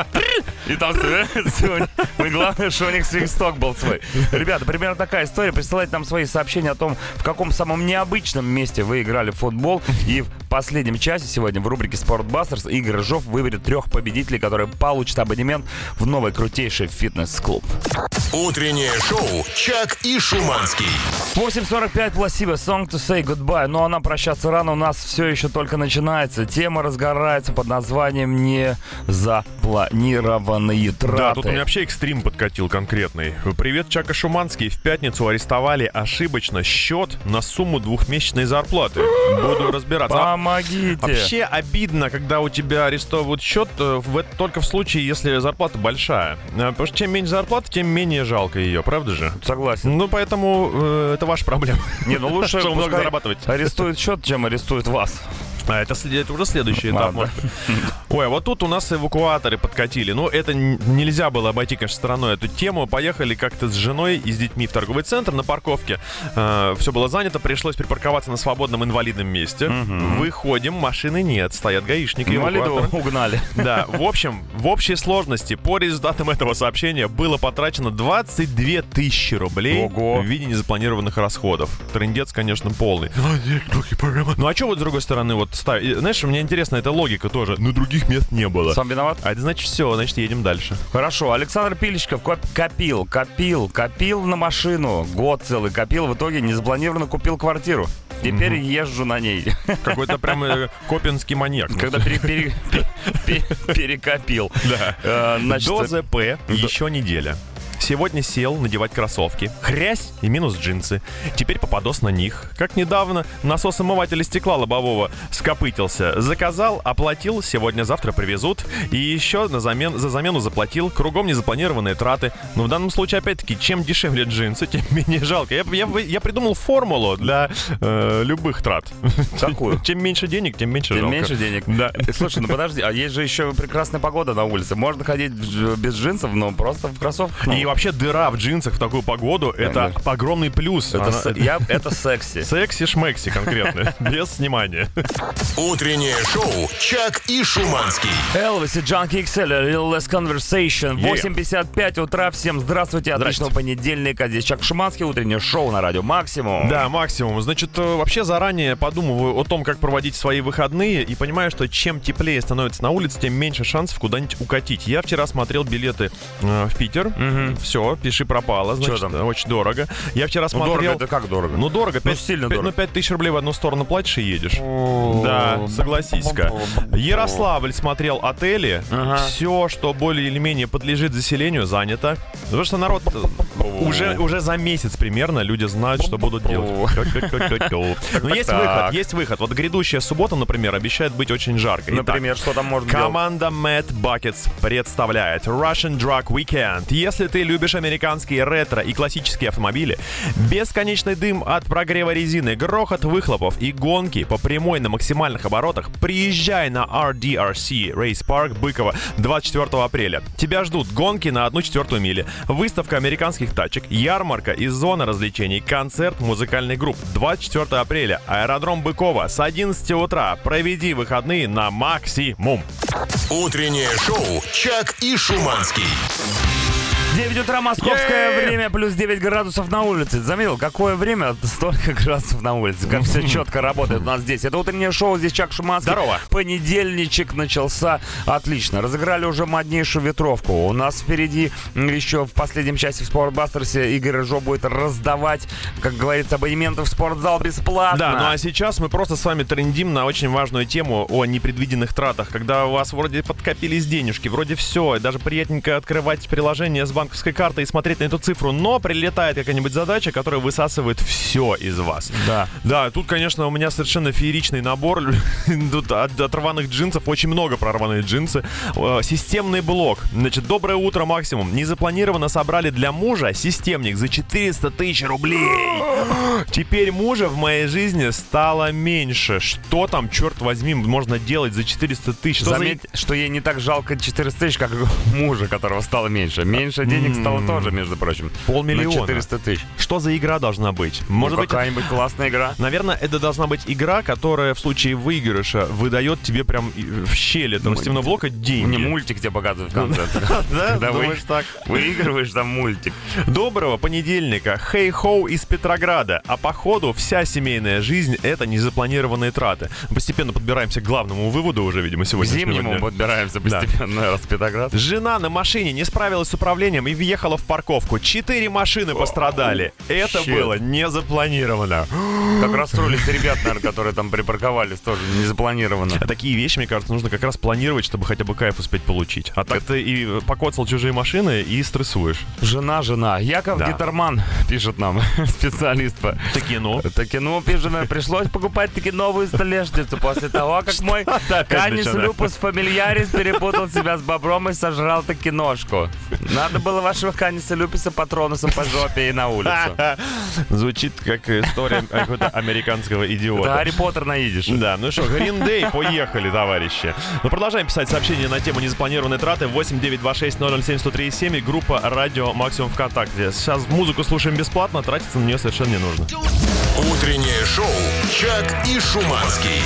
И там сегодня... Мы главное, что у них свисток был свой. Ребята, примерно такая история. Присылайте нам свои сообщения о том, в каком самом необычном месте вы играли в футбол. И в последнем часе сегодня в рубрике «Спортбастерс» Игорь Рыжов выберет трех победителей, которые получат абонемент в новый крутейший фитнес-клуб.
Утреннее шоу «Чак и Шуманский».
8.45 Пласиба, Song to Say Goodbye. Но она прощаться рано, у нас все еще только начинается. Тема разгорается под названием «Незапланированные траты».
Да, тут у меня вообще экстрим подкатил конкретный. Привет, Чака Шуманский. В пятницу арестовали ошибочно счет на сумму двухмесячной зарплаты. Буду разбираться. А
Помогите.
Вообще обидно, когда у тебя арестовывают счет э, в, эт- только в случае, если зарплата большая. Э, Потому что чем меньше зарплата, тем менее жалко ее, правда же?
Согласен.
Ну, поэтому э, это ваша проблема.
Не, ну лучше
Чтобы много
пускай
зарабатывать.
арестуют счет, чем арестуют вас.
А это, след- это уже следующий этап.
Ладно.
может быть. Ой, а вот тут у нас эвакуаторы подкатили. Ну, это н- нельзя было обойти, конечно, стороной эту тему. Поехали как-то с женой и с детьми в торговый центр на парковке. все было занято, пришлось припарковаться на свободном инвалидном месте. Выходим, машины нет, стоят гаишники.
Инвалидов
эвакуаторы.
угнали.
Да, в общем, в общей сложности по результатам этого сообщения было потрачено 22 тысячи рублей в виде незапланированных расходов. Трендец, конечно, полный. Ну а что вот с другой стороны вот ставить? Знаешь, мне интересна эта логика тоже. Но других мест не было.
Сам виноват?
А это значит все, значит едем дальше.
Хорошо, Александр Пилечков коп- копил, копил, копил на машину. Год целый копил, в итоге незапланированно купил квартиру. Теперь езжу на ней.
Какой-то прям э, копинский маньяк.
Когда пере- пере- пере- пере- перекопил. Э,
Да.
значит,
До ЗП еще неделя. Сегодня сел надевать кроссовки. Хрясь и минус джинсы. Теперь попадос на них. Как недавно насос омывателя стекла лобового скопытился. Заказал, оплатил, сегодня-завтра привезут. И еще на замен, за замену заплатил. Кругом незапланированные траты. Но в данном случае, опять-таки, чем дешевле джинсы, тем менее жалко. Я, я вы- я придумал формулу для э, любых трат.
Какую?
Чем меньше денег, тем меньше
Тем
жалко.
меньше денег.
Да.
Слушай, ну подожди, а есть же еще прекрасная погода на улице. Можно ходить дж- без джинсов, но просто в кроссовках.
И вообще дыра в джинсах в такую погоду это огромный плюс.
Это
Она-
се- я- это секси.
Секси-шмекси конкретно. Без снимания.
Утреннее шоу «Чак и Шуманский».
Элвис и Джанки Excel, A Little Less Conversation,
Yeah.
8.55 утра, всем здравствуйте, отличного понедельника, здесь Чак Шуманский, утреннее шоу на радио Максимум.
Да, максимум. Значит, э, вообще заранее подумываю о том, как проводить свои выходные и понимаю, что чем теплее становится на улице, тем меньше шансов куда-нибудь укатить. Я вчера смотрел билеты э, в Питер. Все, пиши пропало.
Чё
Значит, э, очень дорого. Я вчера
Ну, дорого
смотрел...
это как дорого?
Ну, дорого.
Ну,
пять-
сильно
пять-
дорого.
Ну, 5 тысяч рублей в одну сторону платишь и едешь. Да, согласись-ка. Ярославль смотрел отели. Все, что более или менее подлежит заселению, занято. Потому что народ э, уже, уже за месяц примерно люди знают, что будут делать. Но есть выход, есть выход. Вот грядущая суббота, например, обещает быть очень жаркой. Итак,
Например, что там можно делать?
Команда Mad Buckets представляет Russian Drug Weekend. Если ты любишь американские ретро и классические автомобили, бесконечный дым от прогрева резины, грохот выхлопов и гонки по прямой на максимальных оборотах, приезжай на RDRC Race Park Быкова 24 апреля. Тебя ждут гонки на 1 четвертую мили, выставка американских тачек, ярмарка и зона развлечений, концерт музыкальных групп. 24 апреля, аэродром Быкова с 11 утра. Проведи выходные на максимум.
Утреннее шоу «Чак и Шуманский».
9 утра, московское время, плюс 9 градусов на улице. Заметил, какое время, столько градусов на улице. Как все четко работает у нас здесь. Это утреннее шоу, здесь Чак Шуманский.
Здорово.
Понедельничек начался отлично. Разыграли уже моднейшую ветровку. У нас впереди м, еще в последнем часе в Спортбастерсе Игорь Жо будет раздавать, как говорится, абонементы в спортзал бесплатно.
Да, ну а сейчас мы просто с вами трендим на очень важную тему о непредвиденных тратах. Когда у вас вроде подкопились денежки, вроде все, и даже приятненько открывать приложение с банковской карты и смотреть на эту цифру, но прилетает какая-нибудь задача, которая высасывает все из вас.
Да.
Да, тут, конечно, у меня совершенно фееричный набор. Тут от, от рваных джинсов очень много прорваные джинсы. Э, Системный блок. Значит, доброе утро, максимум. Незапланированно собрали для мужа системник за 400 тысяч рублей. Теперь мужа в моей жизни стало меньше. Что там, черт возьми, можно делать за 400 тысяч? Что за-
Заметь, что ей не так жалко 400 тысяч, как мужа, которого стало меньше. Меньше денег стало тоже, между прочим.
Полмиллиона.
На Ну, 400 тысяч.
Что за игра должна быть? Может быть,
какая-нибудь классная игра.
Наверное, это должна быть игра, которая в случае выигрыша выдает тебе прям и- в щели
Ну,
этого системного блока деньги.
Мне мультик тебе показывают в конце.
Да?
Когда вы-
Думаешь так?
Выигрываешь там мультик.
Доброго понедельника. Хей-хоу из Петрограда. А походу вся семейная жизнь — это незапланированные траты. Постепенно подбираемся к главному выводу уже, видимо,
К
сегодня.
зимнему подбираемся постепенно, раз Петроград.
Жена на машине не справилась с управлением и въехала в парковку. Четыре машины пострадали. Это
щет.
было не запланировано.
Как расстроились ребят, наверное, которые там припарковались тоже не запланированно.
А такие вещи, мне кажется, нужно как раз планировать, чтобы хотя бы кайф успеть получить. А так ты и покоцал чужие машины и стрессуешь.
Жена, жена. Яков
Да.
Гитерман пишет нам, специалист по
Такино.
Такино пишет, нам, пришлось покупать таки новую столешницу после того, как мой
опять
Канис
начинаешь?
Люпус Фамильярис перепутал себя с бобром и сожрал таки ножку. Надо было вашего Каниса Люписа патронусом по жопе и на улицу.
Звучит как история какого-то американского идиота.
Да, Гарри Поттер наедешь.
Да, ну что, Гриндей, поехали, товарищи. Мы продолжаем писать сообщения на тему незапланированной траты 8926007137 и группа Радио Максимум ВКонтакте. Сейчас музыку слушаем бесплатно, тратиться на нее совершенно не нужно.
Утреннее шоу «Чак и Шуманский».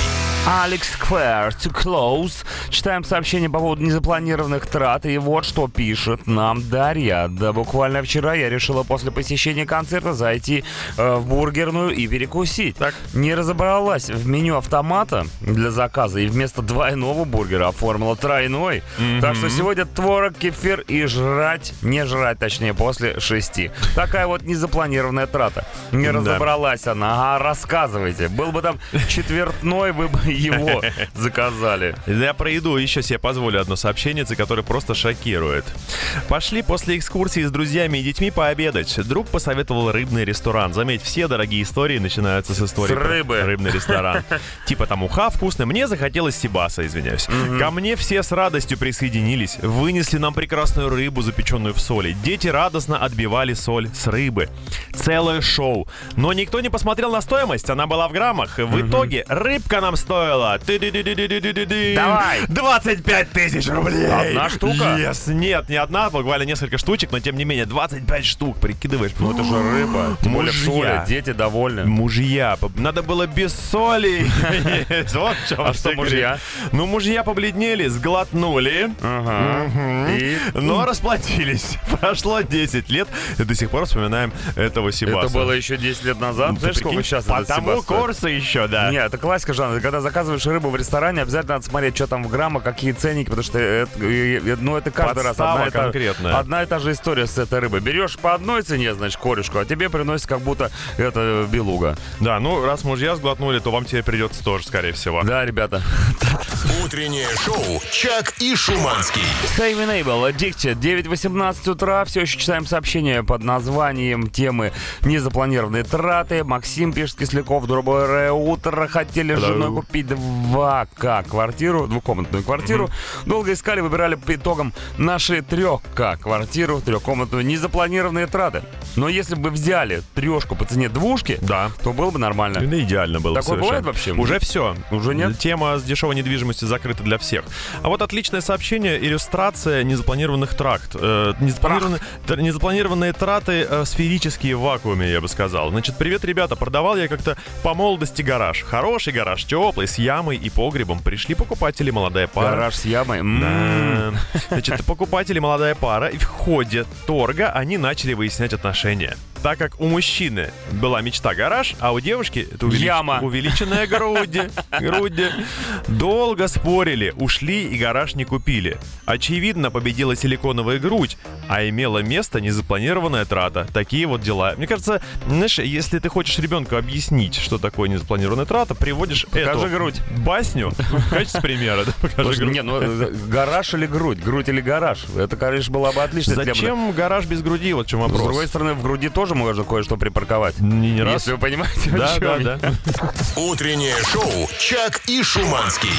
Алекс Сквер, to close. Читаем сообщение по поводу незапланированных трат, и вот что пишет нам Дарья. Да буквально вчера я решила после посещения концерта зайти э, в бургерную и перекусить. Так. Не разобралась в меню автомата для заказа, и вместо двойного бургера оформила тройной.
Мгм.
Так что сегодня творог, кефир и жрать, не жрать, точнее, после шести. Такая вот незапланированная трата. Не
Да.
разобралась она, а рассказывайте. Был бы там четвертной, вы бы его заказали.
Я про еду еще себе позволю одно сообщение, которое просто шокирует. Пошли после экскурсии с друзьями и детьми пообедать. Друг посоветовал рыбный ресторан. Заметь, все дорогие истории начинаются с истории
С
про
рыбы.
рыбный ресторан. Типа там уха вкусная. Мне захотелось сибаса, извиняюсь. Ко мне все с радостью присоединились. Вынесли нам прекрасную рыбу, запеченную в соли. Дети радостно отбивали соль с рыбы. Целое шоу. Но никто не посмотрел на стоимость. Она была в граммах. В итоге рыбка нам стоила... ты-ды-ды-ды-ды-ды-ды-ды.
Давай.
25 тысяч рублей!
Одна штука?
Yes. Нет, не одна, буквально несколько штучек, но тем не менее, 25 штук, прикидываешь.
Ну это же рыба, тем более в
Мужья.
соли, дети довольны.
Мужья. П- Надо было без соли. Вот в чём
А что
секрет.
мужья?
Ну, мужья побледнели, сглотнули. Мгм.
И?
Но расплатились. Прошло 10 лет, и до сих пор вспоминаем этого Сибаса.
Это было еще 10 лет назад.
Ну, ты
Знаешь, сколько
прикинь,
сейчас
по
этот
тому
Себас стоит?
курсу еще, да.
Не, это классика жанра. Когда заказываешь рыбу в ресторане, обязательно надо смотреть, что там в граммах, какие ценники, потому что это, э, э, ну, это каждый
Подстава
раз одна и, та,
конкретная.
одна и та же история с этой рыбой. Берешь по одной цене, значит, корешку, а тебе приносит как будто это э, белуга.
Да, ну раз мужья сглотнули, то вам теперь придется тоже, скорее всего.
Да, ребята.
Утреннее шоу «Чак и Шуманский».
Save Enable, Addicted, 9.18 утра, все еще читаем сообщение под названием темы «Незапланированные траты». Максим пишет, Кисляков, доброе утро, хотели с
Hello.
женой купить 2К квартиру, двухкомнатную квартиру. Долго искали, выбирали по итогам наши 3К квартиру, трехкомнатную, незапланированные траты. Но если бы взяли трешку по цене двушки,
Да.
то было бы нормально.
Ну, идеально было.
Такое
совершенно.
бывает вообще?
Уже все.
Уже нет?
Тема с дешевой недвижимостью закрыта для всех. А вот отличное сообщение, иллюстрация незапланированных тракт. э, незапланированные, тр- незапланированные траты э, сферические в вакууме, я бы сказал. Значит, привет, ребята, продавал я как-то по молодости гараж. Хороший гараж, теплый, с ямой и погребом. Пришли покупатели, молодая пара.
Гараж с ямой. М-м.
Да.
М.
Значит, покупатели молодая пара, и в ходе торга они начали выяснять отношения. Так как у мужчины была мечта гараж, а у девушки это увелич-
Яма.
увеличенная груди, груди. Долго спорили, ушли и гараж не купили. Очевидно, победила силиконовая грудь, а имела место незапланированная трата. Такие вот дела. Мне кажется, знаешь, если ты хочешь ребенку объяснить, что такое незапланированная трата, приводишь
Покажи
эту
грудь.
басню в качестве примера. да, Покажи
Слушай,
грудь.
Не, ну э, гараж или грудь? Грудь или гараж? Это, конечно, была бы отличная тема.
Зачем гараж без груди? Вот в чем
С
вопрос.
другой стороны, в груди тоже можно кое-что припарковать.
не, не раз.
Если вы понимаете, о
Да,
чем
да,
я.
да.
Утреннее шоу «Чак и Шуманский».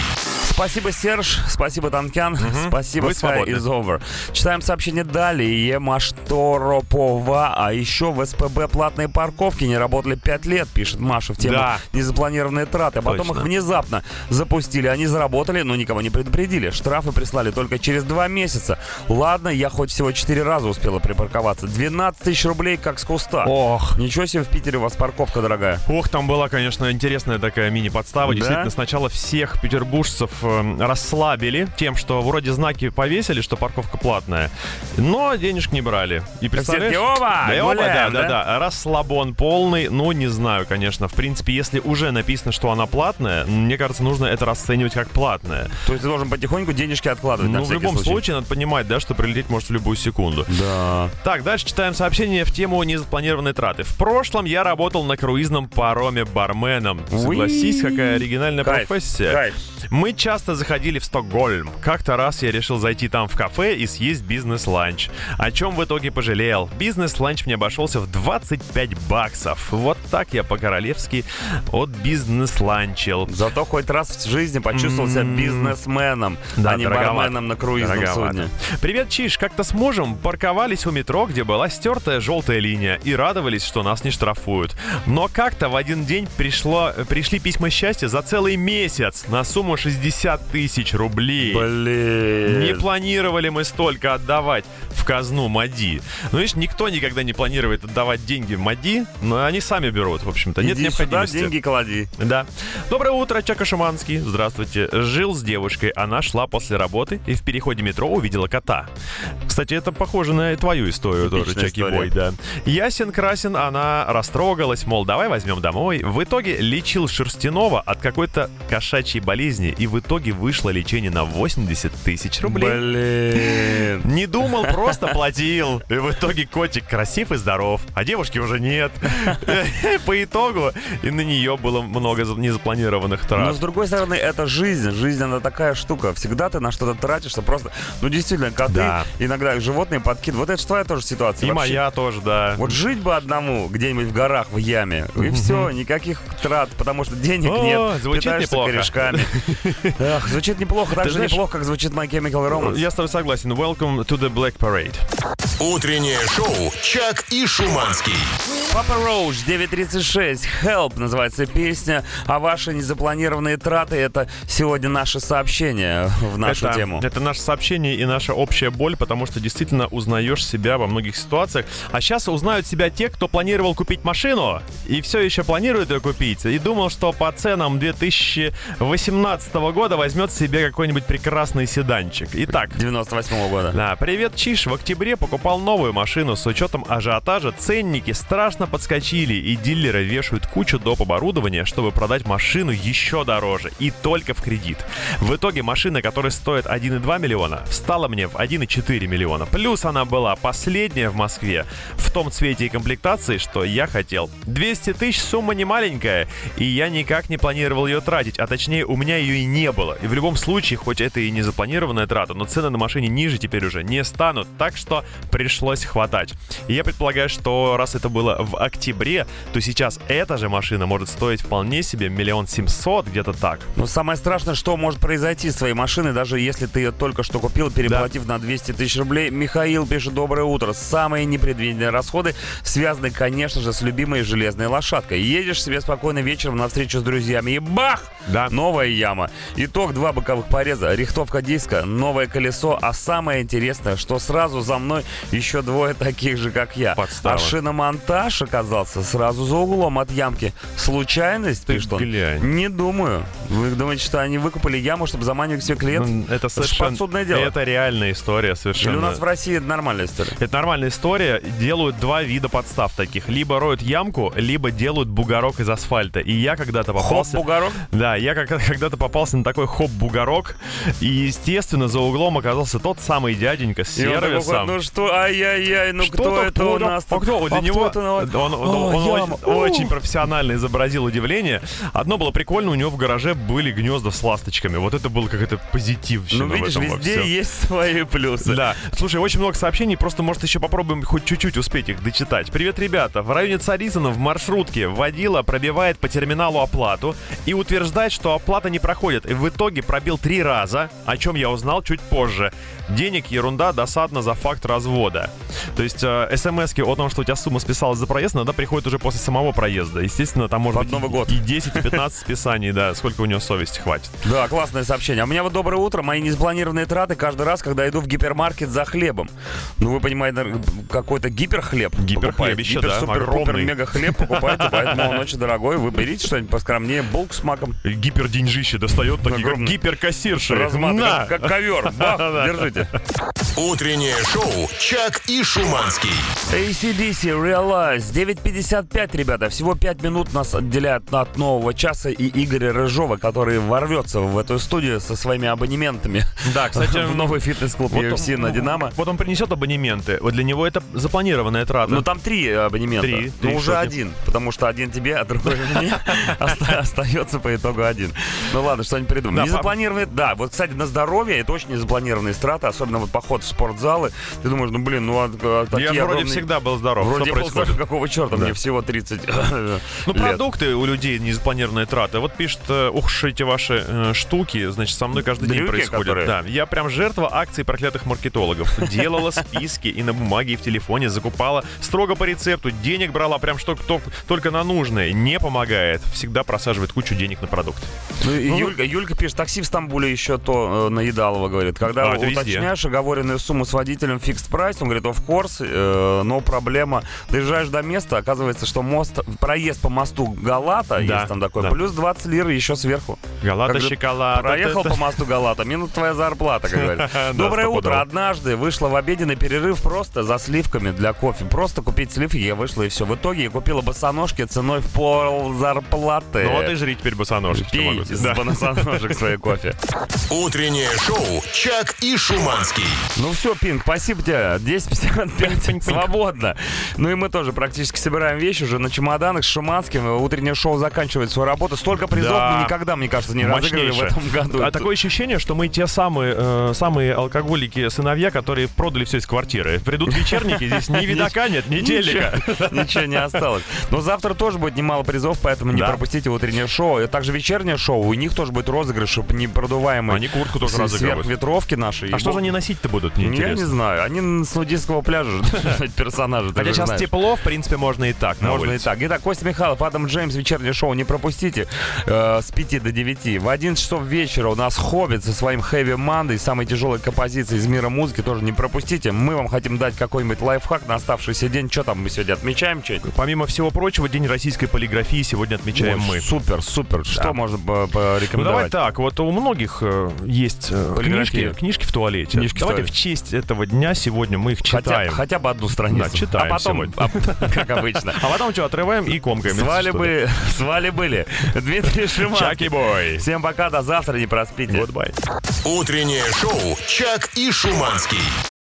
Спасибо, Серж. Спасибо, Танкян. Спасибо,
Вы
Sky
свободны.
is over. Читаем сообщение далее. Машторопова. А еще в СПБ платные парковки не работали 5 лет, пишет Маша в тему
Да.
незапланированные траты. А Потом
Точно.
их внезапно запустили. Они заработали, но никого не предупредили. Штрафы прислали только через 2 месяца. Ладно, я хоть всего 4 раза успела припарковаться. 12 тысяч рублей как с куста.
Ох.
Ничего себе, в Питере у вас парковка дорогая.
Ох, там была, конечно, интересная такая мини-подстава.
Да?
Действительно, сначала всех петербуржцев эм, расслабили тем, что вроде знаки повесили, что парковка платная, но денежек не брали. И представляешь?
все-таки, «Опа,
да, опа,
гуляем»,
да, да,
да?
да. Расслабон полный, ну, не знаю, конечно. В принципе, если уже написано, что она платная, мне кажется, нужно это расценивать как платное.
То есть ты должен потихоньку денежки откладывать на
Ну, в
всякий
любом случае. надо понимать, да, что прилететь может в любую секунду.
Да.
Так, дальше читаем сообщение в тему незапланированной траты. В прошлом я работал на круизном пароме барменом. Согласись, какая оригинальная
Кайф,
профессия.
кайф.
Мы час часто заходили в Стокгольм. Как-то раз я решил зайти там в кафе и съесть бизнес-ланч. О чем в итоге пожалел. Бизнес-ланч мне обошелся в 25 баксов. Вот так я по-королевски от бизнес-ланчил.
Зато хоть раз в жизни почувствовал себя бизнесменом,
Да,
а не
дороговато.
барменом на круизном
Дороговато.
судне.
Привет, Чиш, как-то с мужем парковались у метро, где была стертая желтая линия, и радовались, что нас не штрафуют. Но как-то в один день пришло, пришли письма счастья за целый месяц на сумму 60 тысяч рублей.
Блин.
Не планировали мы столько отдавать в казну МАДИ. Ну, видишь, никто никогда не планирует отдавать деньги МАДИ, но они сами берут, в общем-то. Нет
Иди
необходимости.
сюда, деньги клади.
Да. Доброе утро, Чака Шуманский. Здравствуйте. Жил с девушкой. Она шла после работы и в переходе метро увидела кота. Кстати, это похоже на и твою историю тоже,
Типичная
Чаки
история.
Бой, да. Ясен Красен, она растрогалась, мол, давай возьмем домой. В итоге лечил Шерстянова от какой-то кошачьей болезни, и в итоге вышло лечение на 80 тысяч рублей.
Блин.
Не думал, просто платил. И в итоге котик красив и здоров, а девушки уже нет. По итогу и на нее было много за- незапланированных
Но
трат.
с другой стороны, это жизнь. Жизнь, она такая штука. Всегда ты на что-то тратишься просто... Ну, действительно, коты,
Да.
иногда животные подкидывают. Вот это же твоя тоже ситуация.
И
Ну, Вообще,
моя тоже, да.
Вот жить бы одному где-нибудь в горах, в яме, и все, никаких трат, потому что денег
О,
нет,
звучит
питаешься
неплохо.
корешками. Эх, звучит неплохо, так
Ты
же
знаешь-
неплохо, как звучит My Chemical Romance.
Я с тобой согласен. Welcome to the Black Parade.
Утреннее шоу «Чак и Шуманский».
Папа Роуч, 9.36, Help называется песня, а ваши незапланированные траты — это сегодня наше сообщение в нашу
это,
тему.
Это наше сообщение и наша общая боль, потому что действительно узнаешь себя во многих ситуациях. А сейчас узнают себя те, кто планировал купить машину и все еще планирует ее купить. И думал, что по ценам 2018 года возьмет себе какой-нибудь прекрасный седанчик. Итак.
98 года.
Да, привет, Чиш. В октябре покупал новую машину. С учетом ажиотажа ценники страшно подскочили, и дилеры вешают кучу доп. оборудования, чтобы продать машину еще дороже и только в кредит. В итоге машина, которая стоит 1,2 миллиона, встала мне в 1,4 миллиона. Плюс она была последняя в Москве в том цвете и комплектации, что я хотел. 200 тысяч сумма не маленькая, и я никак не планировал ее тратить, а точнее у меня ее и не было. И в любом случае, хоть это и не запланированная трата, но цены на машине ниже теперь уже не станут, так что пришлось хватать. И я предполагаю, что раз это было в октябре, то сейчас эта же машина может стоить вполне себе миллион семьсот, где-то так.
Ну, самое страшное, что может произойти с твоей машиной, даже если ты ее только что купил, переплатив на 200 тысяч рублей. Михаил пишет «Доброе утро». Самые непредвиденные расходы связаны, конечно же, с любимой железной лошадкой. Едешь себе спокойно вечером на встречу с друзьями и бах!
Да.
Новая яма. Итог два боковых пореза, рихтовка диска, новое колесо. А самое интересное, что сразу за мной еще двое таких же, как я.
Подстава.
А шиномонтаж оказался сразу за углом от ямки. Случайность, пишет он?
глянь.
Не думаю. Вы думаете, что они выкупали яму, чтобы заманивать всех клиентов?
Ну, Это
ж
совершенно...
подсудное дело.
Это реальная история совершенно.
Или у нас в России это нормальная история?
Это нормальная история. Делают два вида подстав таких. Либо роют ямку, либо делают бугорок из асфальта. И я когда-то попался...
Хоп-бугорок?
Да, я как- когда-то попался на такой хоп-бугорок. И, естественно, за углом оказался тот самый дяденька с
И он такой,
сервисом.
ну что, ай-яй-яй, ну
Что
кто
тут,
это у
кто там?
нас?
А
тут?
кто? Для
А кто
него
это у нас?
он, он-
О,
он
яма.
очень, очень профессионально изобразил удивление. Одно было прикольно, у него в гараже были гнезда с ласточками. Вот это был какой-то позитив.
Ну, видишь, везде есть свои плюсы.
Да. Слушай, очень много сообщений, просто, может, еще попробуем хоть чуть-чуть успеть их дочитать. Привет, ребята. В районе Царизана в маршрутке водила пробивает по терминалу оплату и утверждает, что оплата не проходит. И в итоге пробил три раза, о чем я узнал чуть позже. Денег ерунда, досадно за факт развода. То есть э, смс-ки о том, что у тебя сумма списалась за проезд, иногда приходит уже после самого проезда. Естественно, там может быть
Новый
и-
год.
и 10, и 15 списаний, да, сколько у него совести хватит.
Да, классное сообщение. А у меня вот доброе утро. Мои незапланированные траты каждый раз, когда иду в гипермаркет за хлебом. Ну, вы понимаете, наверно, какой-то гиперхлеб.
Гиперхлебище, да, огромный.
мега хлеб покупаете, поэтому он очень дорогой. Вы берите что-нибудь поскромнее, булку с маком.
Гиперденьжище достает, такие как
Огромный.
гиперкассирши.
Разматывай,
На!
как, как ковер. Бах,
Да-да-да.
держите.
Утреннее шоу «Чак и Шуманский».
ACDC Realize 9.55, ребята. Всего 5 минут нас отделяют от нового часа и Игоря Рыжова, который ворвется в эту студию со своими абонементами.
Да, кстати,
в новый фитнес-клуб
вот
UFC
он-
на Динамо.
Вот он принесет абонементы. Вот для него это запланированная трата.
Ну там три абонемента.
Три,
Ну
три
уже
штуки.
один, потому что один тебе, а другой мне. Оста- Остается по итогу один. Ну ладно, что-нибудь придумано.
Да,
Незапланированные, да. Вот, кстати, на здоровье это очень незапланированные страты, особенно вот поход в спортзалы. Ты думаешь, ну, блин, ну, а, а такие
Я вроде
огромные-
всегда был здоров.
Вроде
Что
был
происходит?
здоров, какого черта?
Да.
Мне всего 30
Ну,
лет.
продукты у людей незапланированные траты. Вот пишет, э, ух, ж эти ваши э, штуки, значит, со мной каждый день
Дрюки,
происходит.
которые?
Да, я прям жертва акций проклятых маркетологов. Делала списки и на бумаге, и в телефоне, закупала строго по рецепту, денег брала прям что кто- только на нужное. Не помогает. Всегда просаживает кучу денег на продукт.
Ну, и Юлька, Юлька пишет, такси в Стамбуле еще то э, наедалово, говорит. Когда
А, это везде.
уточняешь оговоренную сумму с водителем фикс прайс, он говорит, of course, э, но проблема. Доезжаешь до места, оказывается, что мост, проезд по мосту Галата,
Да,
есть там такой,
да. А,
плюс 20 лир еще сверху.
Галата,
Как говорит,
шоколад.
Проехал
Это-
по мосту Галата, минус твоя зарплата, как говорят.
Да,
Доброе утро.
стопудово.
Однажды вышла в обеденный перерыв просто за сливками для кофе. Просто купить сливки, я вышла и все. В итоге я купила босоножки ценой в пол зарплаты.
Ну вот и жри теперь босоножек. что могу.
Пейте с
Да.
босоножек свои кофе.
Утреннее шоу Чак и Шуманский.
Ну все, Пинг, спасибо тебе. 10.55, свободно. Ну и мы тоже практически собираем вещи уже на чемоданах с Шуманским. Утреннее шоу заканчивает свою работу. Столько призов
Да.
мы никогда, мне кажется, не разыгрывали в
Мощнейшее.
этом году.
А такое ощущение, что мы те самые, э, самые алкоголики сыновья, которые продали все из квартиры. Придут вечерники, здесь ни видака нет, ни телека.
Ничего, Ничего не осталось. Но завтра тоже будет немало призов, поэтому не
Да.
пропустите утреннее шоу. И также вечернее шоу. У них тоже будет розыгрыш непродуваемый.
Они куртку тоже
с-
разыгрывают.
Сверхветровки наши.
А что же они носить-то будут, мне
Я не
интересно.
знаю. Они с нудистского пляжа персонажи. ты
Хотя
же
сейчас
знаешь.
тепло, в принципе, можно и так. на
Можно и
улице.
так. Итак, Костя Михайлов, Адам Джеймс, вечернее шоу не пропустите э, с 5 до 9. В 11 часов вечера у нас Хоббит со своим Хэви Мандой, самой тяжелой композицией из мира музыки, тоже не пропустите. Мы вам хотим дать какой-нибудь лайфхак на оставшийся день. Что там мы сегодня отмечаем? Что-нибудь?
Помимо всего прочего, День российской полиграфии сегодня отмечаем
Ой,
мы.
Супер, супер. Что можно по-
Ну давай
порекомендовать?
так, вот у многих э, есть э,
Полиграфия.
книжки, книжки в туалете.
Книжки в
Давайте в,
туалете.
честь этого дня сегодня мы их
хотя,
читаем.
хотя бы одну страницу.
Да, читаем
А потом,
сегодня.
а, как обычно.
А потом что, отрываем и комкаем.
Свали
если
были, свали были. Дмитрий Шиманский.
Чаки-бой.
Всем пока, до завтра, не проспите.
что. Goodbye.
Утреннее шоу Чак и Шуманский.